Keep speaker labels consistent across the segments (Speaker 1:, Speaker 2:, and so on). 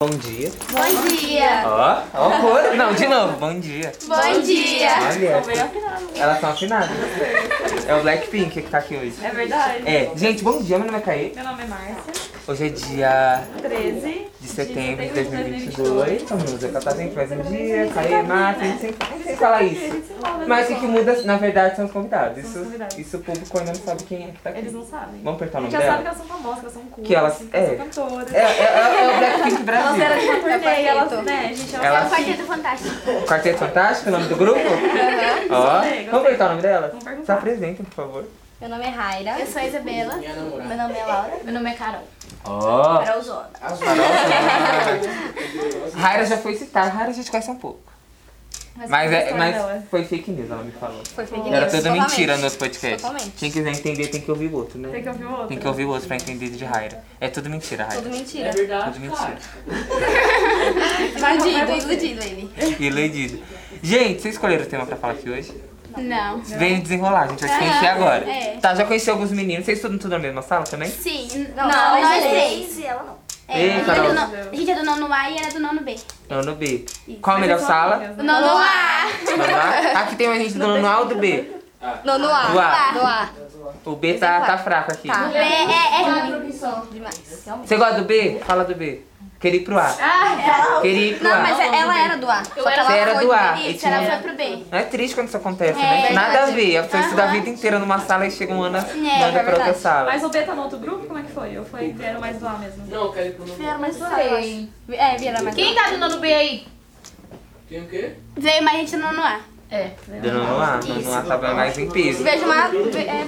Speaker 1: Bom dia.
Speaker 2: Bom dia!
Speaker 1: Ó, ó, cor. Não, de novo, bom dia.
Speaker 2: Bom dia!
Speaker 1: Olha,
Speaker 3: Bem afinado.
Speaker 1: elas são afinadas. É o Blackpink que tá aqui hoje.
Speaker 3: É verdade.
Speaker 1: É, gente, bom dia, meu nome é Caê.
Speaker 3: Meu nome é Márcia.
Speaker 1: Hoje é dia
Speaker 3: 13
Speaker 1: de setembro de 2022. A música tá sempre mais um dia. Caê, Márcia, a gente sempre, a gente sempre fala isso.
Speaker 3: né?
Speaker 1: Mas o que que muda, na verdade, são os convidados. Isso, isso o público ainda não sabe quem é que tá
Speaker 3: Eles
Speaker 1: aqui.
Speaker 3: não sabem.
Speaker 1: Vamos apertar o
Speaker 3: Eles
Speaker 1: nome
Speaker 3: já sabem que
Speaker 1: dela?
Speaker 3: elas são famosas, que elas são curtas,
Speaker 1: Que elas-
Speaker 3: que
Speaker 1: é.
Speaker 3: elas são cantoras.
Speaker 1: É, é, é, é o Blackpink
Speaker 3: Elas eram
Speaker 1: Brasil.
Speaker 3: de uma turnê, elas, né, a gente,
Speaker 1: Elas-
Speaker 2: É o Partido Fantástico.
Speaker 1: Quarteto Fantástico, é o nome do grupo? Ó,
Speaker 3: Gostei, gostei.
Speaker 1: vamos apertar o nome dela?
Speaker 3: Vamos perguntar.
Speaker 1: Se apresentem, por favor.
Speaker 4: Meu nome é Raira.
Speaker 2: Eu sou a Isabela.
Speaker 4: Meu nome é Laura. Meu nome é Carol.
Speaker 1: Ó.
Speaker 4: Carolzona.
Speaker 1: Raira já foi citada, Raira a gente conhece um pouco. Mas, é, mas foi fake news, ela me falou.
Speaker 4: Foi fake news.
Speaker 1: Era toda
Speaker 4: totalmente.
Speaker 1: mentira né? no outro podcast.
Speaker 4: Totalmente.
Speaker 1: Quem quiser entender tem que ouvir o outro, né?
Speaker 3: Tem que ouvir o outro.
Speaker 1: Tem que ouvir o outro pra entender de Raira. É tudo mentira,
Speaker 4: Tudo
Speaker 1: Raira.
Speaker 4: mentira.
Speaker 1: Tudo mentira.
Speaker 4: Iludido, iludido ele.
Speaker 1: Iludido. Gente, vocês escolheram o tema pra falar aqui hoje?
Speaker 2: Não.
Speaker 1: Vem desenrolar, a gente vai se conhecer
Speaker 4: Aham,
Speaker 1: agora.
Speaker 4: é.
Speaker 1: Tá, já conheci alguns meninos. Vocês estudam tudo na mesma sala também?
Speaker 2: Sim.
Speaker 4: Não, é
Speaker 2: nós,
Speaker 4: nós
Speaker 2: três.
Speaker 4: três.
Speaker 2: e ela não.
Speaker 1: Ei,
Speaker 2: É,
Speaker 1: Carol.
Speaker 2: do nono- a gente é do nono A e ela é do nono B.
Speaker 1: Não, no B. Qual a melhor sala?
Speaker 2: Do nono A!
Speaker 1: Nono A? Aqui tem uma gente do nono A ou do B?
Speaker 4: No, no ar.
Speaker 1: Do ar.
Speaker 4: Do ar.
Speaker 1: O B tá, tá fraco aqui.
Speaker 4: Tá.
Speaker 2: O B é, é ruim.
Speaker 4: Demais.
Speaker 1: Você gosta do B? Fala do B. Queria ir pro A.
Speaker 2: Ah, é.
Speaker 1: Queria ir pro
Speaker 4: Não,
Speaker 1: A.
Speaker 4: mas ela era do ar. Só que ela
Speaker 1: Você era
Speaker 4: foi
Speaker 1: do A. e
Speaker 2: Isso,
Speaker 1: tinha-
Speaker 2: ela foi pro B.
Speaker 1: Não é triste quando isso acontece,
Speaker 2: É,
Speaker 1: né? Nada a
Speaker 4: verdade.
Speaker 1: ver. A pessoa estuda a
Speaker 2: Aham.
Speaker 1: vida inteira numa sala e chega um ano
Speaker 2: É,
Speaker 1: manda pra outra
Speaker 4: verdade.
Speaker 1: sala.
Speaker 3: Mas o B tá no outro grupo? Como é que foi? Eu fui, vieram mais lá mesmo.
Speaker 5: Não, quero ir pro nono.
Speaker 4: Era mais do ar. É, vira mais
Speaker 6: Quem tá do nono B aí?
Speaker 5: Tem o quê?
Speaker 2: Veio mais gente do nono A.
Speaker 6: É.
Speaker 1: Do nono A. Nono A tava mais em peso.
Speaker 4: Vejo uma. É,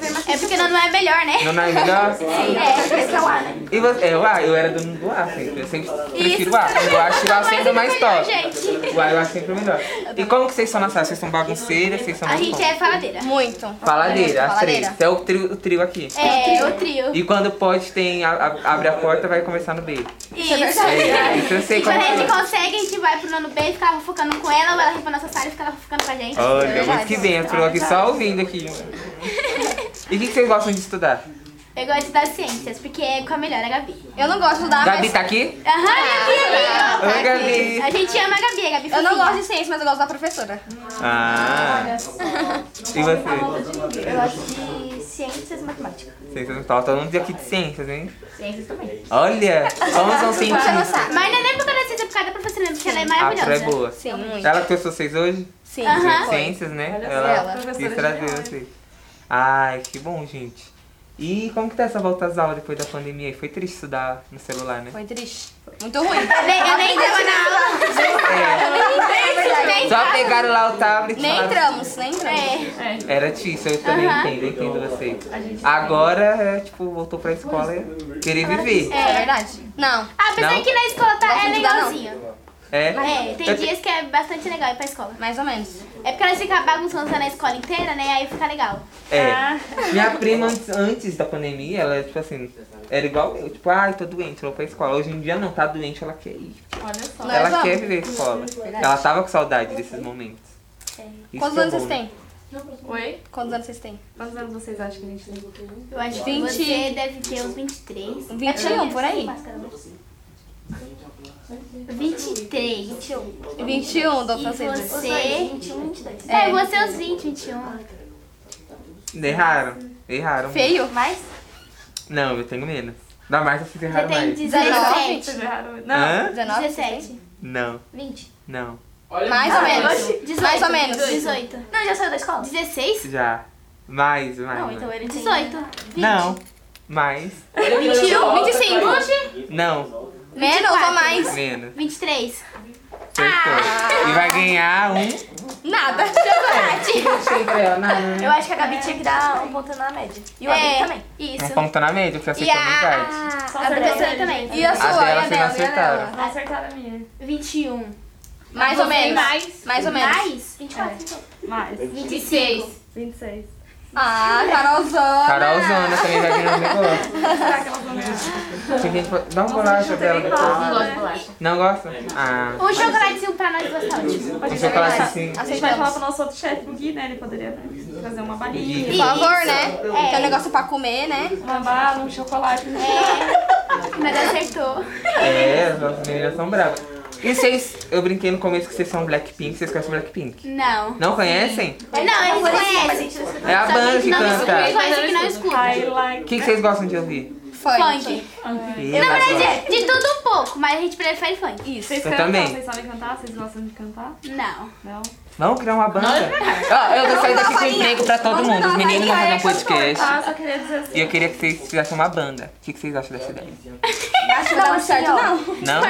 Speaker 4: vejo uma.
Speaker 2: É porque nono A é melhor, né?
Speaker 1: Nono A é melhor?
Speaker 2: É, porque esse é o A, né?
Speaker 1: E você? É, o A. Eu era do do A sempre. Eu sempre prefiro o A. Eu acho o A
Speaker 2: Mas
Speaker 1: sempre
Speaker 2: é
Speaker 1: o mais
Speaker 2: melhor,
Speaker 1: top.
Speaker 2: gente.
Speaker 1: O A eu acho sempre o melhor. E como que vocês são na sala? Vocês são bagunceiras? Vocês são
Speaker 2: A
Speaker 1: muito
Speaker 2: gente
Speaker 1: bons?
Speaker 2: é faladeira.
Speaker 4: Muito.
Speaker 1: Faladeira, as três.
Speaker 4: Faladeira.
Speaker 1: Você é o trio, o trio aqui.
Speaker 2: É, o trio.
Speaker 1: E quando pode, tem. a- a- abre a porta vai começar no B.
Speaker 2: Isso.
Speaker 1: É, isso eu sei
Speaker 2: E
Speaker 1: como
Speaker 2: quando a
Speaker 1: é.
Speaker 2: gente consegue, a gente vai pro nono B, fica focando com ela, ou ela vem pra nossa sala e fica focando com a gente. É
Speaker 1: Olha, muito
Speaker 4: Verdade.
Speaker 1: que dentro, aqui só ouvindo aqui. E o que que vocês gostam de estudar?
Speaker 2: Eu gosto das ciências, porque é com a melhor, a Gabi.
Speaker 4: Eu não gosto
Speaker 2: Ah,
Speaker 4: do ar,
Speaker 1: Gabi
Speaker 4: mas.
Speaker 1: tá aqui?
Speaker 2: Aham, a Gabi,
Speaker 1: Oi,
Speaker 2: a Gabi. A
Speaker 1: Gabi.
Speaker 2: gente ama a Gabi, a Gabi é
Speaker 4: Eu não
Speaker 2: fofinha.
Speaker 4: gosto de ciência, mas eu gosto da professora.
Speaker 1: Ah. E
Speaker 3: Tá
Speaker 1: você?
Speaker 2: Eu gosto de ciências matemáticas.
Speaker 1: Ciências não tá todo mundo aqui de ciências, hein? Ciências também. Olha, como são
Speaker 4: Você não
Speaker 1: cientistas.
Speaker 4: sabe.
Speaker 2: Mas não é nem por causa da ciência, é por causa da professora, mesmo, porque ela é
Speaker 1: A Pro é
Speaker 2: maravilhosa.
Speaker 1: boa.
Speaker 4: Sim, muito.
Speaker 1: Ela que trouxe vocês hoje?
Speaker 4: Sim.
Speaker 2: Aham.
Speaker 1: De Ciências, né?
Speaker 3: Olha só,
Speaker 1: Ela
Speaker 3: professora
Speaker 1: quis trazer
Speaker 3: genial, hein?
Speaker 1: vocês. Ai, que bom, gente. E como que tá essa volta às aulas depois da pandemia? aí? Foi triste estudar no celular, né?
Speaker 4: Foi triste. Muito ruim.
Speaker 2: Eu nem, eu nem tava na aula.
Speaker 4: É verdade.
Speaker 1: Só pegaram lá o tablet e
Speaker 4: Nem
Speaker 1: falaram- é
Speaker 4: entramos, nem entramos.
Speaker 3: É,
Speaker 1: Era disso, eu também
Speaker 2: Aham.
Speaker 1: entendo, eu entendo
Speaker 3: tá
Speaker 1: vocês. Agora, é, tipo, voltou pra escola e querer viver.
Speaker 4: É
Speaker 2: É.
Speaker 4: verdade? Não.
Speaker 2: Apesar
Speaker 1: Não?
Speaker 2: que na escola tá, é
Speaker 4: Gosto de dar, não.
Speaker 2: legalzinho.
Speaker 1: É?
Speaker 2: É, tem dias que é bastante legal ir pra escola.
Speaker 4: Mais ou menos.
Speaker 2: É porque elas ficam bagunçando na escola inteira, né? Aí fica legal.
Speaker 1: É. Minha prima, antes, antes da pandemia, ela, tipo assim, era igual eu. Tipo, ai, tô doente, vou pra escola. Hoje em dia não, tá doente, ela quer ir.
Speaker 3: Olha só.
Speaker 4: Nós
Speaker 1: ela
Speaker 4: vamos.
Speaker 1: quer viver a escola. Ela tava com saudade desses momentos. Isso
Speaker 4: Quantos
Speaker 1: que é
Speaker 4: anos
Speaker 1: bom,
Speaker 4: vocês
Speaker 1: né?
Speaker 4: têm?
Speaker 3: Oi?
Speaker 4: Quantos anos vocês têm?
Speaker 3: Quantos anos vocês acham que a gente tem?
Speaker 2: Eu acho que
Speaker 4: 20.
Speaker 2: você deve ter uns 23.
Speaker 4: É 21, por aí.
Speaker 2: 23. 21.
Speaker 4: 21,
Speaker 2: E
Speaker 4: doutor Francisco.
Speaker 2: você? 21, 22. É, você é os 20, 21.
Speaker 1: Erraram. Erraram.
Speaker 4: Feio? Mas?
Speaker 1: Não, eu tenho menos. Da Marta vocês
Speaker 2: Você
Speaker 1: erraram
Speaker 2: tem
Speaker 1: mais.
Speaker 2: 17.
Speaker 3: Vocês erraram? Não.
Speaker 1: Hã?
Speaker 4: 19?
Speaker 2: 17.
Speaker 1: Não,
Speaker 2: 20.
Speaker 1: não.
Speaker 5: Olha
Speaker 4: Mais ou menos.
Speaker 2: 18,
Speaker 4: Mais ou menos.
Speaker 2: 18. Não, já saiu da escola? 16?
Speaker 1: Já. Mais, mais. mais.
Speaker 2: 18.
Speaker 1: Não. Mais.
Speaker 2: 21. 25.
Speaker 1: Não.
Speaker 4: Menos ou mais?
Speaker 1: Menos.
Speaker 2: 23.
Speaker 1: Acertou. E vai ganhar
Speaker 2: É.
Speaker 1: um.
Speaker 4: Nada. né?
Speaker 2: Eu acho que a Gabi tinha que dar um ponto na média. E o é. também.
Speaker 1: Um
Speaker 2: Isso.
Speaker 1: ponto na média, porque acertou a idade.
Speaker 4: a...
Speaker 2: A professora também.
Speaker 4: E a
Speaker 1: A
Speaker 4: sua?
Speaker 1: dela
Speaker 4: e a
Speaker 1: vocês não
Speaker 4: dela? E a
Speaker 1: acertaram.
Speaker 4: dela?
Speaker 3: Não acertaram a minha.
Speaker 2: 21.
Speaker 4: Mais ou menos.
Speaker 6: Mais.
Speaker 4: Mais ou menos.
Speaker 2: Mais? 24.
Speaker 3: Mais.
Speaker 2: 26.
Speaker 3: 26.
Speaker 4: Ah, Carolzona.
Speaker 2: Ah.
Speaker 1: Carolzona também vai vir no negócio.
Speaker 3: Será que elas vão ganhar? né?
Speaker 1: Tem gente pra- Dá uma bolacha pra ela depois.
Speaker 3: Não
Speaker 6: Não
Speaker 3: gosto de
Speaker 6: gosto de bolacha.
Speaker 1: Não gosta? Ah.
Speaker 2: Um chocolatezinho pra nós dois tá ótimo.
Speaker 3: A
Speaker 1: Um
Speaker 3: gente, vai
Speaker 1: chocolate
Speaker 3: falar,
Speaker 1: sim.
Speaker 3: a gente vai falar pro nosso outro chefe, o Gui, né? Ele poderia né, trazer uma
Speaker 1: Gui.
Speaker 4: Por
Speaker 1: Ih.
Speaker 3: balinha,
Speaker 4: favor, né?
Speaker 2: É.
Speaker 4: Tem um negócio pra comer, né?
Speaker 3: uma bala, um chocolate.
Speaker 2: Mas acertou.
Speaker 1: É, as meninas são bravas. E vocês, eu brinquei no começo que vocês são Blackpink, vocês conhecem Blackpink?
Speaker 2: Não.
Speaker 1: Não conhecem?
Speaker 2: É, Não, eles conhecem.
Speaker 1: É a banda que
Speaker 2: não
Speaker 1: canta.
Speaker 2: escuta. Coisa que não
Speaker 3: I
Speaker 2: escuta.
Speaker 1: O
Speaker 3: like.
Speaker 1: que, que vocês gostam de ouvir?
Speaker 4: Funk.
Speaker 2: Funk.
Speaker 1: Eu
Speaker 2: Na verdade, de tudo um pouco, mas a gente prefere funk. Isso.
Speaker 3: Vocês
Speaker 1: Eu
Speaker 3: cantam?
Speaker 1: também.
Speaker 3: Vocês sabem cantar? Vocês gostam de cantar?
Speaker 2: Não.
Speaker 3: Não?
Speaker 1: Vamos criar uma banda?
Speaker 2: é
Speaker 1: Ó, eu vou sair daqui com emprego pra todo mundo. Os meninos vão fazer um podcast.
Speaker 3: Ah, só queria dizer assim.
Speaker 1: E eu queria que vocês fizessem uma banda. O que, que vocês acham dessa ideia?
Speaker 4: Acho que não assim, dá muito certo, não.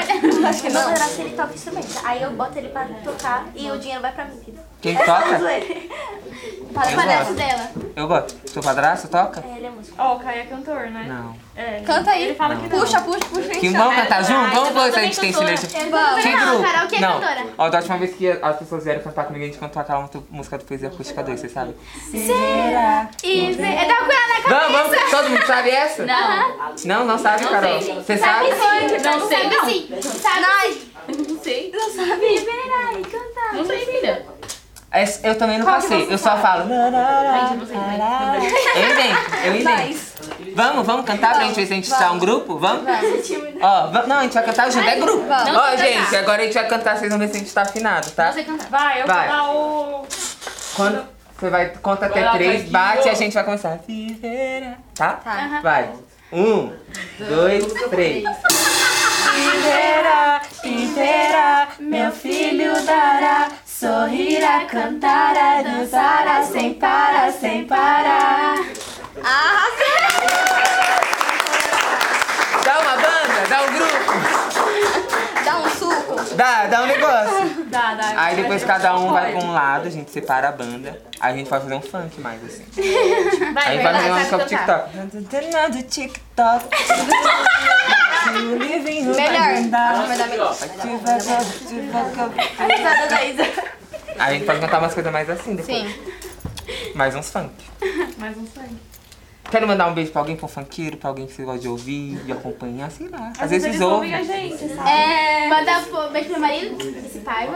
Speaker 1: Não?
Speaker 6: Acho que não. Se ele toca instrumento. Aí eu boto ele pra tocar e o dinheiro vai pra mim. É
Speaker 1: Quem toca?
Speaker 2: Para o
Speaker 1: gosto.
Speaker 2: padrasto dela.
Speaker 1: Eu gosto. Seu padrasto toca?
Speaker 6: É, ele é músico.
Speaker 3: Ó, o Caio é cantor, né?
Speaker 1: Não.
Speaker 3: É.
Speaker 4: Canta aí.
Speaker 3: Ele fala que não.
Speaker 4: Puxa, puxa, puxa.
Speaker 1: Que
Speaker 4: gente.
Speaker 1: vamos cantar junto?
Speaker 3: Ai,
Speaker 1: Vamos
Speaker 3: eu
Speaker 1: ver se a
Speaker 3: também
Speaker 1: gente tem
Speaker 3: cantora.
Speaker 1: silêncio.
Speaker 4: Vamos.
Speaker 1: Que
Speaker 2: Não,
Speaker 1: grupo?
Speaker 2: Carol, que é
Speaker 1: Não.
Speaker 2: cantora.
Speaker 1: Ó, da última vez que as pessoas vieram cantar comigo, a gente cantou aquela mu- música do Poesia Acústica 2, vocês sabem?
Speaker 2: E vê- é eu tava com ela na
Speaker 1: Vamos, vamos! Todo mundo sabe essa?
Speaker 6: Não.
Speaker 1: Não, não sabe, Carol? Você sabe?
Speaker 2: Sabe sim,
Speaker 6: Não sei,
Speaker 2: sabe
Speaker 6: não.
Speaker 2: sim. Sabe assim. sim.
Speaker 6: Não sei.
Speaker 2: Liberar e cantar.
Speaker 6: Não sei, filha.
Speaker 1: Essa- Eu também não passei, eu só falo. na, na, na, na, na. Eu invento, eu
Speaker 4: Mas,
Speaker 1: invento. Vamos, vamos cantar pra gente ver se a gente está um grupo? Vamos? Ó, va- não, a gente vai cantar junto, é grupo.
Speaker 4: Vamos.
Speaker 1: Ó, gente, agora a gente vai cantar, vocês vão ver se a gente tá afinado, tá?
Speaker 3: Vai, eu
Speaker 1: Vai.
Speaker 3: vou dar o.
Speaker 1: Quando você vai, conta
Speaker 5: Vai
Speaker 1: até
Speaker 5: lá,
Speaker 1: três,
Speaker 5: Caquinho.
Speaker 1: bate e a gente vai começar. Viverá. Tá?
Speaker 4: Tá.
Speaker 1: Vai. Um, dois, três. Viverá, viverá, meu filho dará, sorrirá,
Speaker 2: é
Speaker 1: cantará, dançará, sem parar, sem parar.
Speaker 4: arrasou.
Speaker 1: Dá uma banda, dá um grupo,
Speaker 4: Dá um suco.
Speaker 1: dá, dá um negócio.
Speaker 3: Dá, dá.
Speaker 1: Aí depois cada um vai pra um lado, a gente separa a banda, aí a gente vai fazer um funk mais assim.
Speaker 3: É
Speaker 1: Aí vai um fazer uma música pro TikTok. Do TikTok.
Speaker 4: Melhor. Risada da Isa.
Speaker 1: Aí a gente pode cantar umas coisas mais assim depois.
Speaker 4: Sim.
Speaker 1: Mais uns funk.
Speaker 3: Mais um sangue.
Speaker 1: Quero mandar um beijo pra alguém, pra um funkeiro, pra alguém que você gosta de ouvir e acompanhar, sei lá. Às, vezes,
Speaker 3: eles
Speaker 1: ouve.
Speaker 3: ouvem a gente, sabe?
Speaker 2: É, manda um beijo pro meu marido, esse paiva.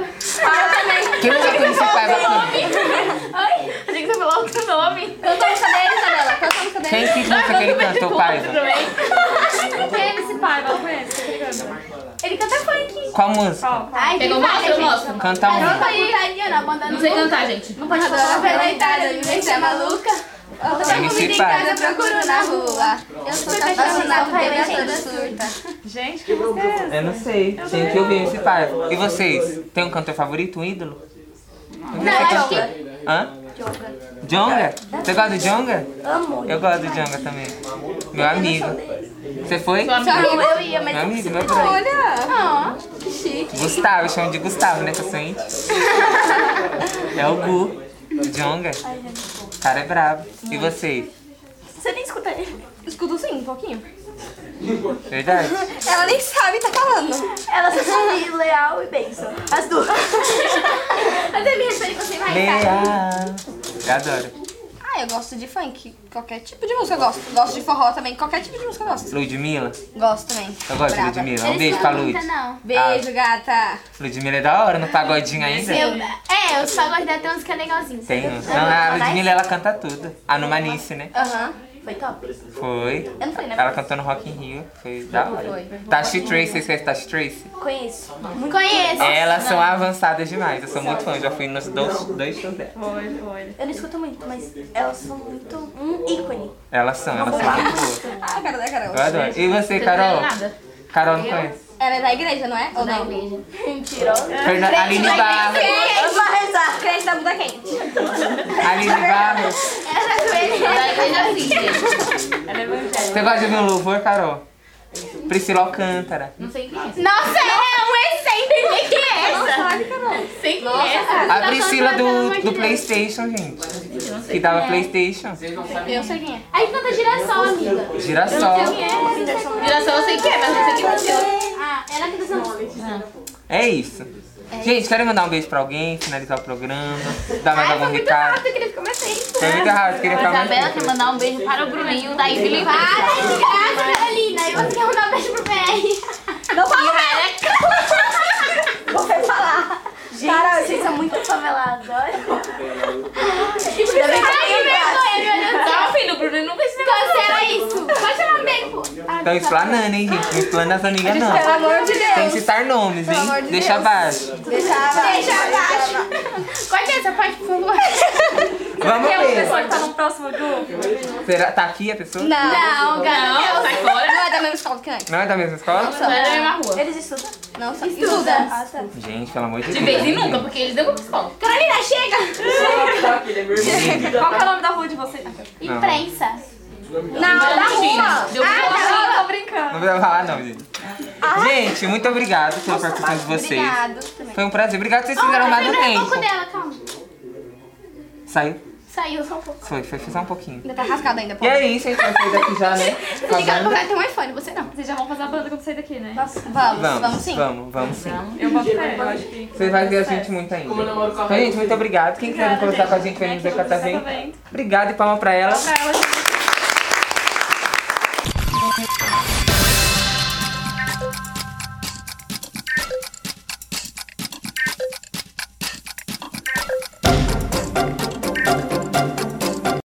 Speaker 1: Quem nunca conheceu o pai bacana?
Speaker 2: Oi? Achei que você falou outro nome.
Speaker 4: Canta a música dele, Isabela. Canta a música dele.
Speaker 1: Quem que música que ele cantou, Paiva?
Speaker 3: Quem é esse pai? Ela conhece, tá ligado?
Speaker 2: Ele canta funk.
Speaker 1: Qual música?
Speaker 3: Qual?
Speaker 2: Ai,
Speaker 4: é?
Speaker 6: Pegou,
Speaker 2: tem
Speaker 6: mostra, eu
Speaker 2: várias,
Speaker 6: mostro.
Speaker 2: gente.
Speaker 1: Canta um.
Speaker 2: Mas não
Speaker 1: uma.
Speaker 4: tá
Speaker 2: pode botar aqui, ó, na banda
Speaker 6: Não
Speaker 2: do
Speaker 6: sei
Speaker 2: Google.
Speaker 6: cantar, gente. Não
Speaker 2: Pode botar pela idade,
Speaker 4: Aproveitada, vivência é maluca. Eu tô
Speaker 1: Me
Speaker 4: com comida em
Speaker 1: separa.
Speaker 4: casa, eu procuro na rua. Eu sou apaixonada por ele, toda surta.
Speaker 3: Gente, que música é essa?
Speaker 1: Eu não sei. Tem que ouvir esse Paiva. E vocês? Tem um cantor favorito, um ídolo? Não,
Speaker 4: é
Speaker 2: eu acho
Speaker 1: É Hã? Jonga? Você gosta do Jonga?
Speaker 6: Amo.
Speaker 1: Eu gosto do Jonga também. Meu amigo. Você foi?
Speaker 4: Tchau, eu ia,
Speaker 1: Meu
Speaker 4: mas...
Speaker 1: amigo, meu brother.
Speaker 4: Olha! Que chique.
Speaker 1: Gustavo, eu chamo de Gustavo, né, que eu sou íntimo. É o Gu, o Jonga. O cara é brabo. E vocês?
Speaker 4: Você nem escuta ele. Escuto sim, um pouquinho.
Speaker 1: Verdade?
Speaker 4: Ela nem sabe o que tá falando.
Speaker 6: Ela só sabe leal e benção. As duas.
Speaker 2: Até me respeito que você vai, cara.
Speaker 1: Leal. Eu adoro.
Speaker 4: Ah, eu gosto de funk. Qualquer tipo de música eu gosto. Gosto de forró também. Qualquer tipo de música eu gosto.
Speaker 1: Ludmilla?
Speaker 4: Gosto também.
Speaker 1: Eu gosto de
Speaker 4: Brava.
Speaker 1: Ludmilla. Um
Speaker 2: Eles
Speaker 1: beijo pra
Speaker 2: não
Speaker 1: Lud.
Speaker 2: cantam, não.
Speaker 4: Beijo, gata.
Speaker 1: Ludmilla é da hora, no pagodinho ainda.
Speaker 2: Eu- é, os pagodes da Trans que é legalzinho.
Speaker 1: Tem. um. Não, a Ludmilla, ela canta tudo. A Numanice, né?
Speaker 4: Aham.
Speaker 6: Foi top.
Speaker 1: Foi.
Speaker 6: Eu não fui, né?
Speaker 1: Ela cantou no Rock in Rio. Foi da hora.
Speaker 4: Foi.
Speaker 1: Tashi Trace, vocês conhecem Tashi Trace?
Speaker 6: Conheço.
Speaker 2: Conheço.
Speaker 1: Elas são avançadas demais. Eu sou muito fã. Eu já fui nos dois, dois shows dela.
Speaker 3: Foi, foi.
Speaker 6: Eu não escuto muito, mas elas são muito um ícone.
Speaker 1: Elas são, elas são muito boas.
Speaker 4: Ah, cara da Carol.
Speaker 1: Eu adoro. E você, Carol? Carol não conhece.
Speaker 4: Ela é da igreja, não é? Ou não?
Speaker 6: Mentirosa.
Speaker 1: Fernan- Aline
Speaker 4: Vai
Speaker 1: Barros.
Speaker 4: crescer.
Speaker 6: Eu vou
Speaker 2: é
Speaker 6: rezar.
Speaker 4: Crente da bunda quente.
Speaker 1: Aline Barros.
Speaker 2: Essa coelha é
Speaker 3: Ela é evangélica.
Speaker 1: Você gosta de ouvir um louvor, Carol? Priscila Alcântara.
Speaker 6: Não sei quem é.
Speaker 2: Nossa, é um exemplo de que é essa?
Speaker 6: Sei quem é.
Speaker 1: A Priscila
Speaker 2: pelo amor
Speaker 1: do,
Speaker 2: de
Speaker 1: do
Speaker 2: Deus.
Speaker 1: Playstation, gente. Que dava Playstation.
Speaker 5: Vocês não sabem.
Speaker 2: Eu sei quem é. A gente canta girassol, amiga.
Speaker 1: Girassol.
Speaker 2: é?
Speaker 6: Essa mulher.
Speaker 2: eu sei quem é, mas não sei quem é. Ah, ela que tá sendo...
Speaker 1: É isso. Gente, querem mandar um beijo pra alguém, finalizar o programa, dar mais algum recado?
Speaker 4: Eu queria ficar mais tempo.
Speaker 1: Foi muito rápido, queria ficar mais
Speaker 2: Isabela
Speaker 1: tempo.
Speaker 2: quer mandar um beijo para o Bruninho da Ibili
Speaker 6: Para de graça, Carolina. E você quer mandar um beijo pro PR.
Speaker 4: Não fala mais.
Speaker 6: Gente, vocês são muito favelados. Olha. Ainda bem que eu tenho graça.
Speaker 3: Não, Tá, filho, o Bruno não precisa
Speaker 6: Cancela é isso. Pode tirar um beijo.
Speaker 1: Estão Então, explanando, hein, gente? Não explana as amigas, não.
Speaker 4: Pelo amor de
Speaker 1: Sem
Speaker 4: Deus.
Speaker 1: citar nomes, hein?
Speaker 4: amor de
Speaker 1: Deixa
Speaker 4: Deus.
Speaker 1: abaixo.
Speaker 4: Deixa abaixo.
Speaker 6: Deixa abaixo.
Speaker 2: Corta essa parte, por favor.
Speaker 1: Vamos
Speaker 3: Tem uma pessoa
Speaker 1: ver.
Speaker 3: que tá no próximo grupo?
Speaker 1: Será, tá aqui a pessoa?
Speaker 4: Não.
Speaker 2: Não,
Speaker 3: Não,
Speaker 2: garoto.
Speaker 3: sai fora. né?
Speaker 4: Não é da mesma escola que antes.
Speaker 1: Não é da mesma escola?
Speaker 2: Não é na mesma rua.
Speaker 6: Eles estudam?
Speaker 4: Não, só estuda.
Speaker 6: Ah, tá.
Speaker 1: Gente, pelo amor de Deus.
Speaker 3: De vez em
Speaker 1: gente.
Speaker 3: nunca, porque eles deu uma escola.
Speaker 6: Carolina, chega.
Speaker 5: tá
Speaker 3: Qual que é o nome da rua de vocês?
Speaker 1: Não.
Speaker 6: Imprensa.
Speaker 4: Não, da rua.
Speaker 3: Deu uma escola. Tô brincando.
Speaker 1: Não vai falar, não, gente. Gente, muito obrigado pela participação de vocês.
Speaker 4: Obrigado. também.
Speaker 1: Foi um prazer. Obrigado que vocês fizeram mais do
Speaker 6: Lembra um pouco
Speaker 1: tempo.
Speaker 6: dela, calma.
Speaker 1: Saiu?
Speaker 6: Saiu só um pouco.
Speaker 1: Foi, foi, foi só um pouquinho.
Speaker 4: Ainda tá rasgado ainda, pô.
Speaker 1: E é isso, a gente vai sair daqui já, né?
Speaker 4: Ligado
Speaker 1: Acabando.
Speaker 4: pra ter um iPhone, você não.
Speaker 3: Vocês já vão fazer a banda quando sair daqui, né?
Speaker 4: Vamos, vamos,
Speaker 1: Vamos,
Speaker 4: sim.
Speaker 1: vamos, vamos sim.
Speaker 3: Eu boto fé, eu acho que...
Speaker 1: Vocês vão ver a gente muito ainda.
Speaker 5: Como eu namoro com a
Speaker 1: Então, gente, muito obrigado. Quem quiser conversar com a gente, vem
Speaker 3: Vem
Speaker 1: no
Speaker 3: aqui,
Speaker 1: Zé
Speaker 3: Lucas, tá
Speaker 1: Catavento.
Speaker 3: vendo?
Speaker 1: Obrigado e palma pra ela.
Speaker 3: Pra ela, gente.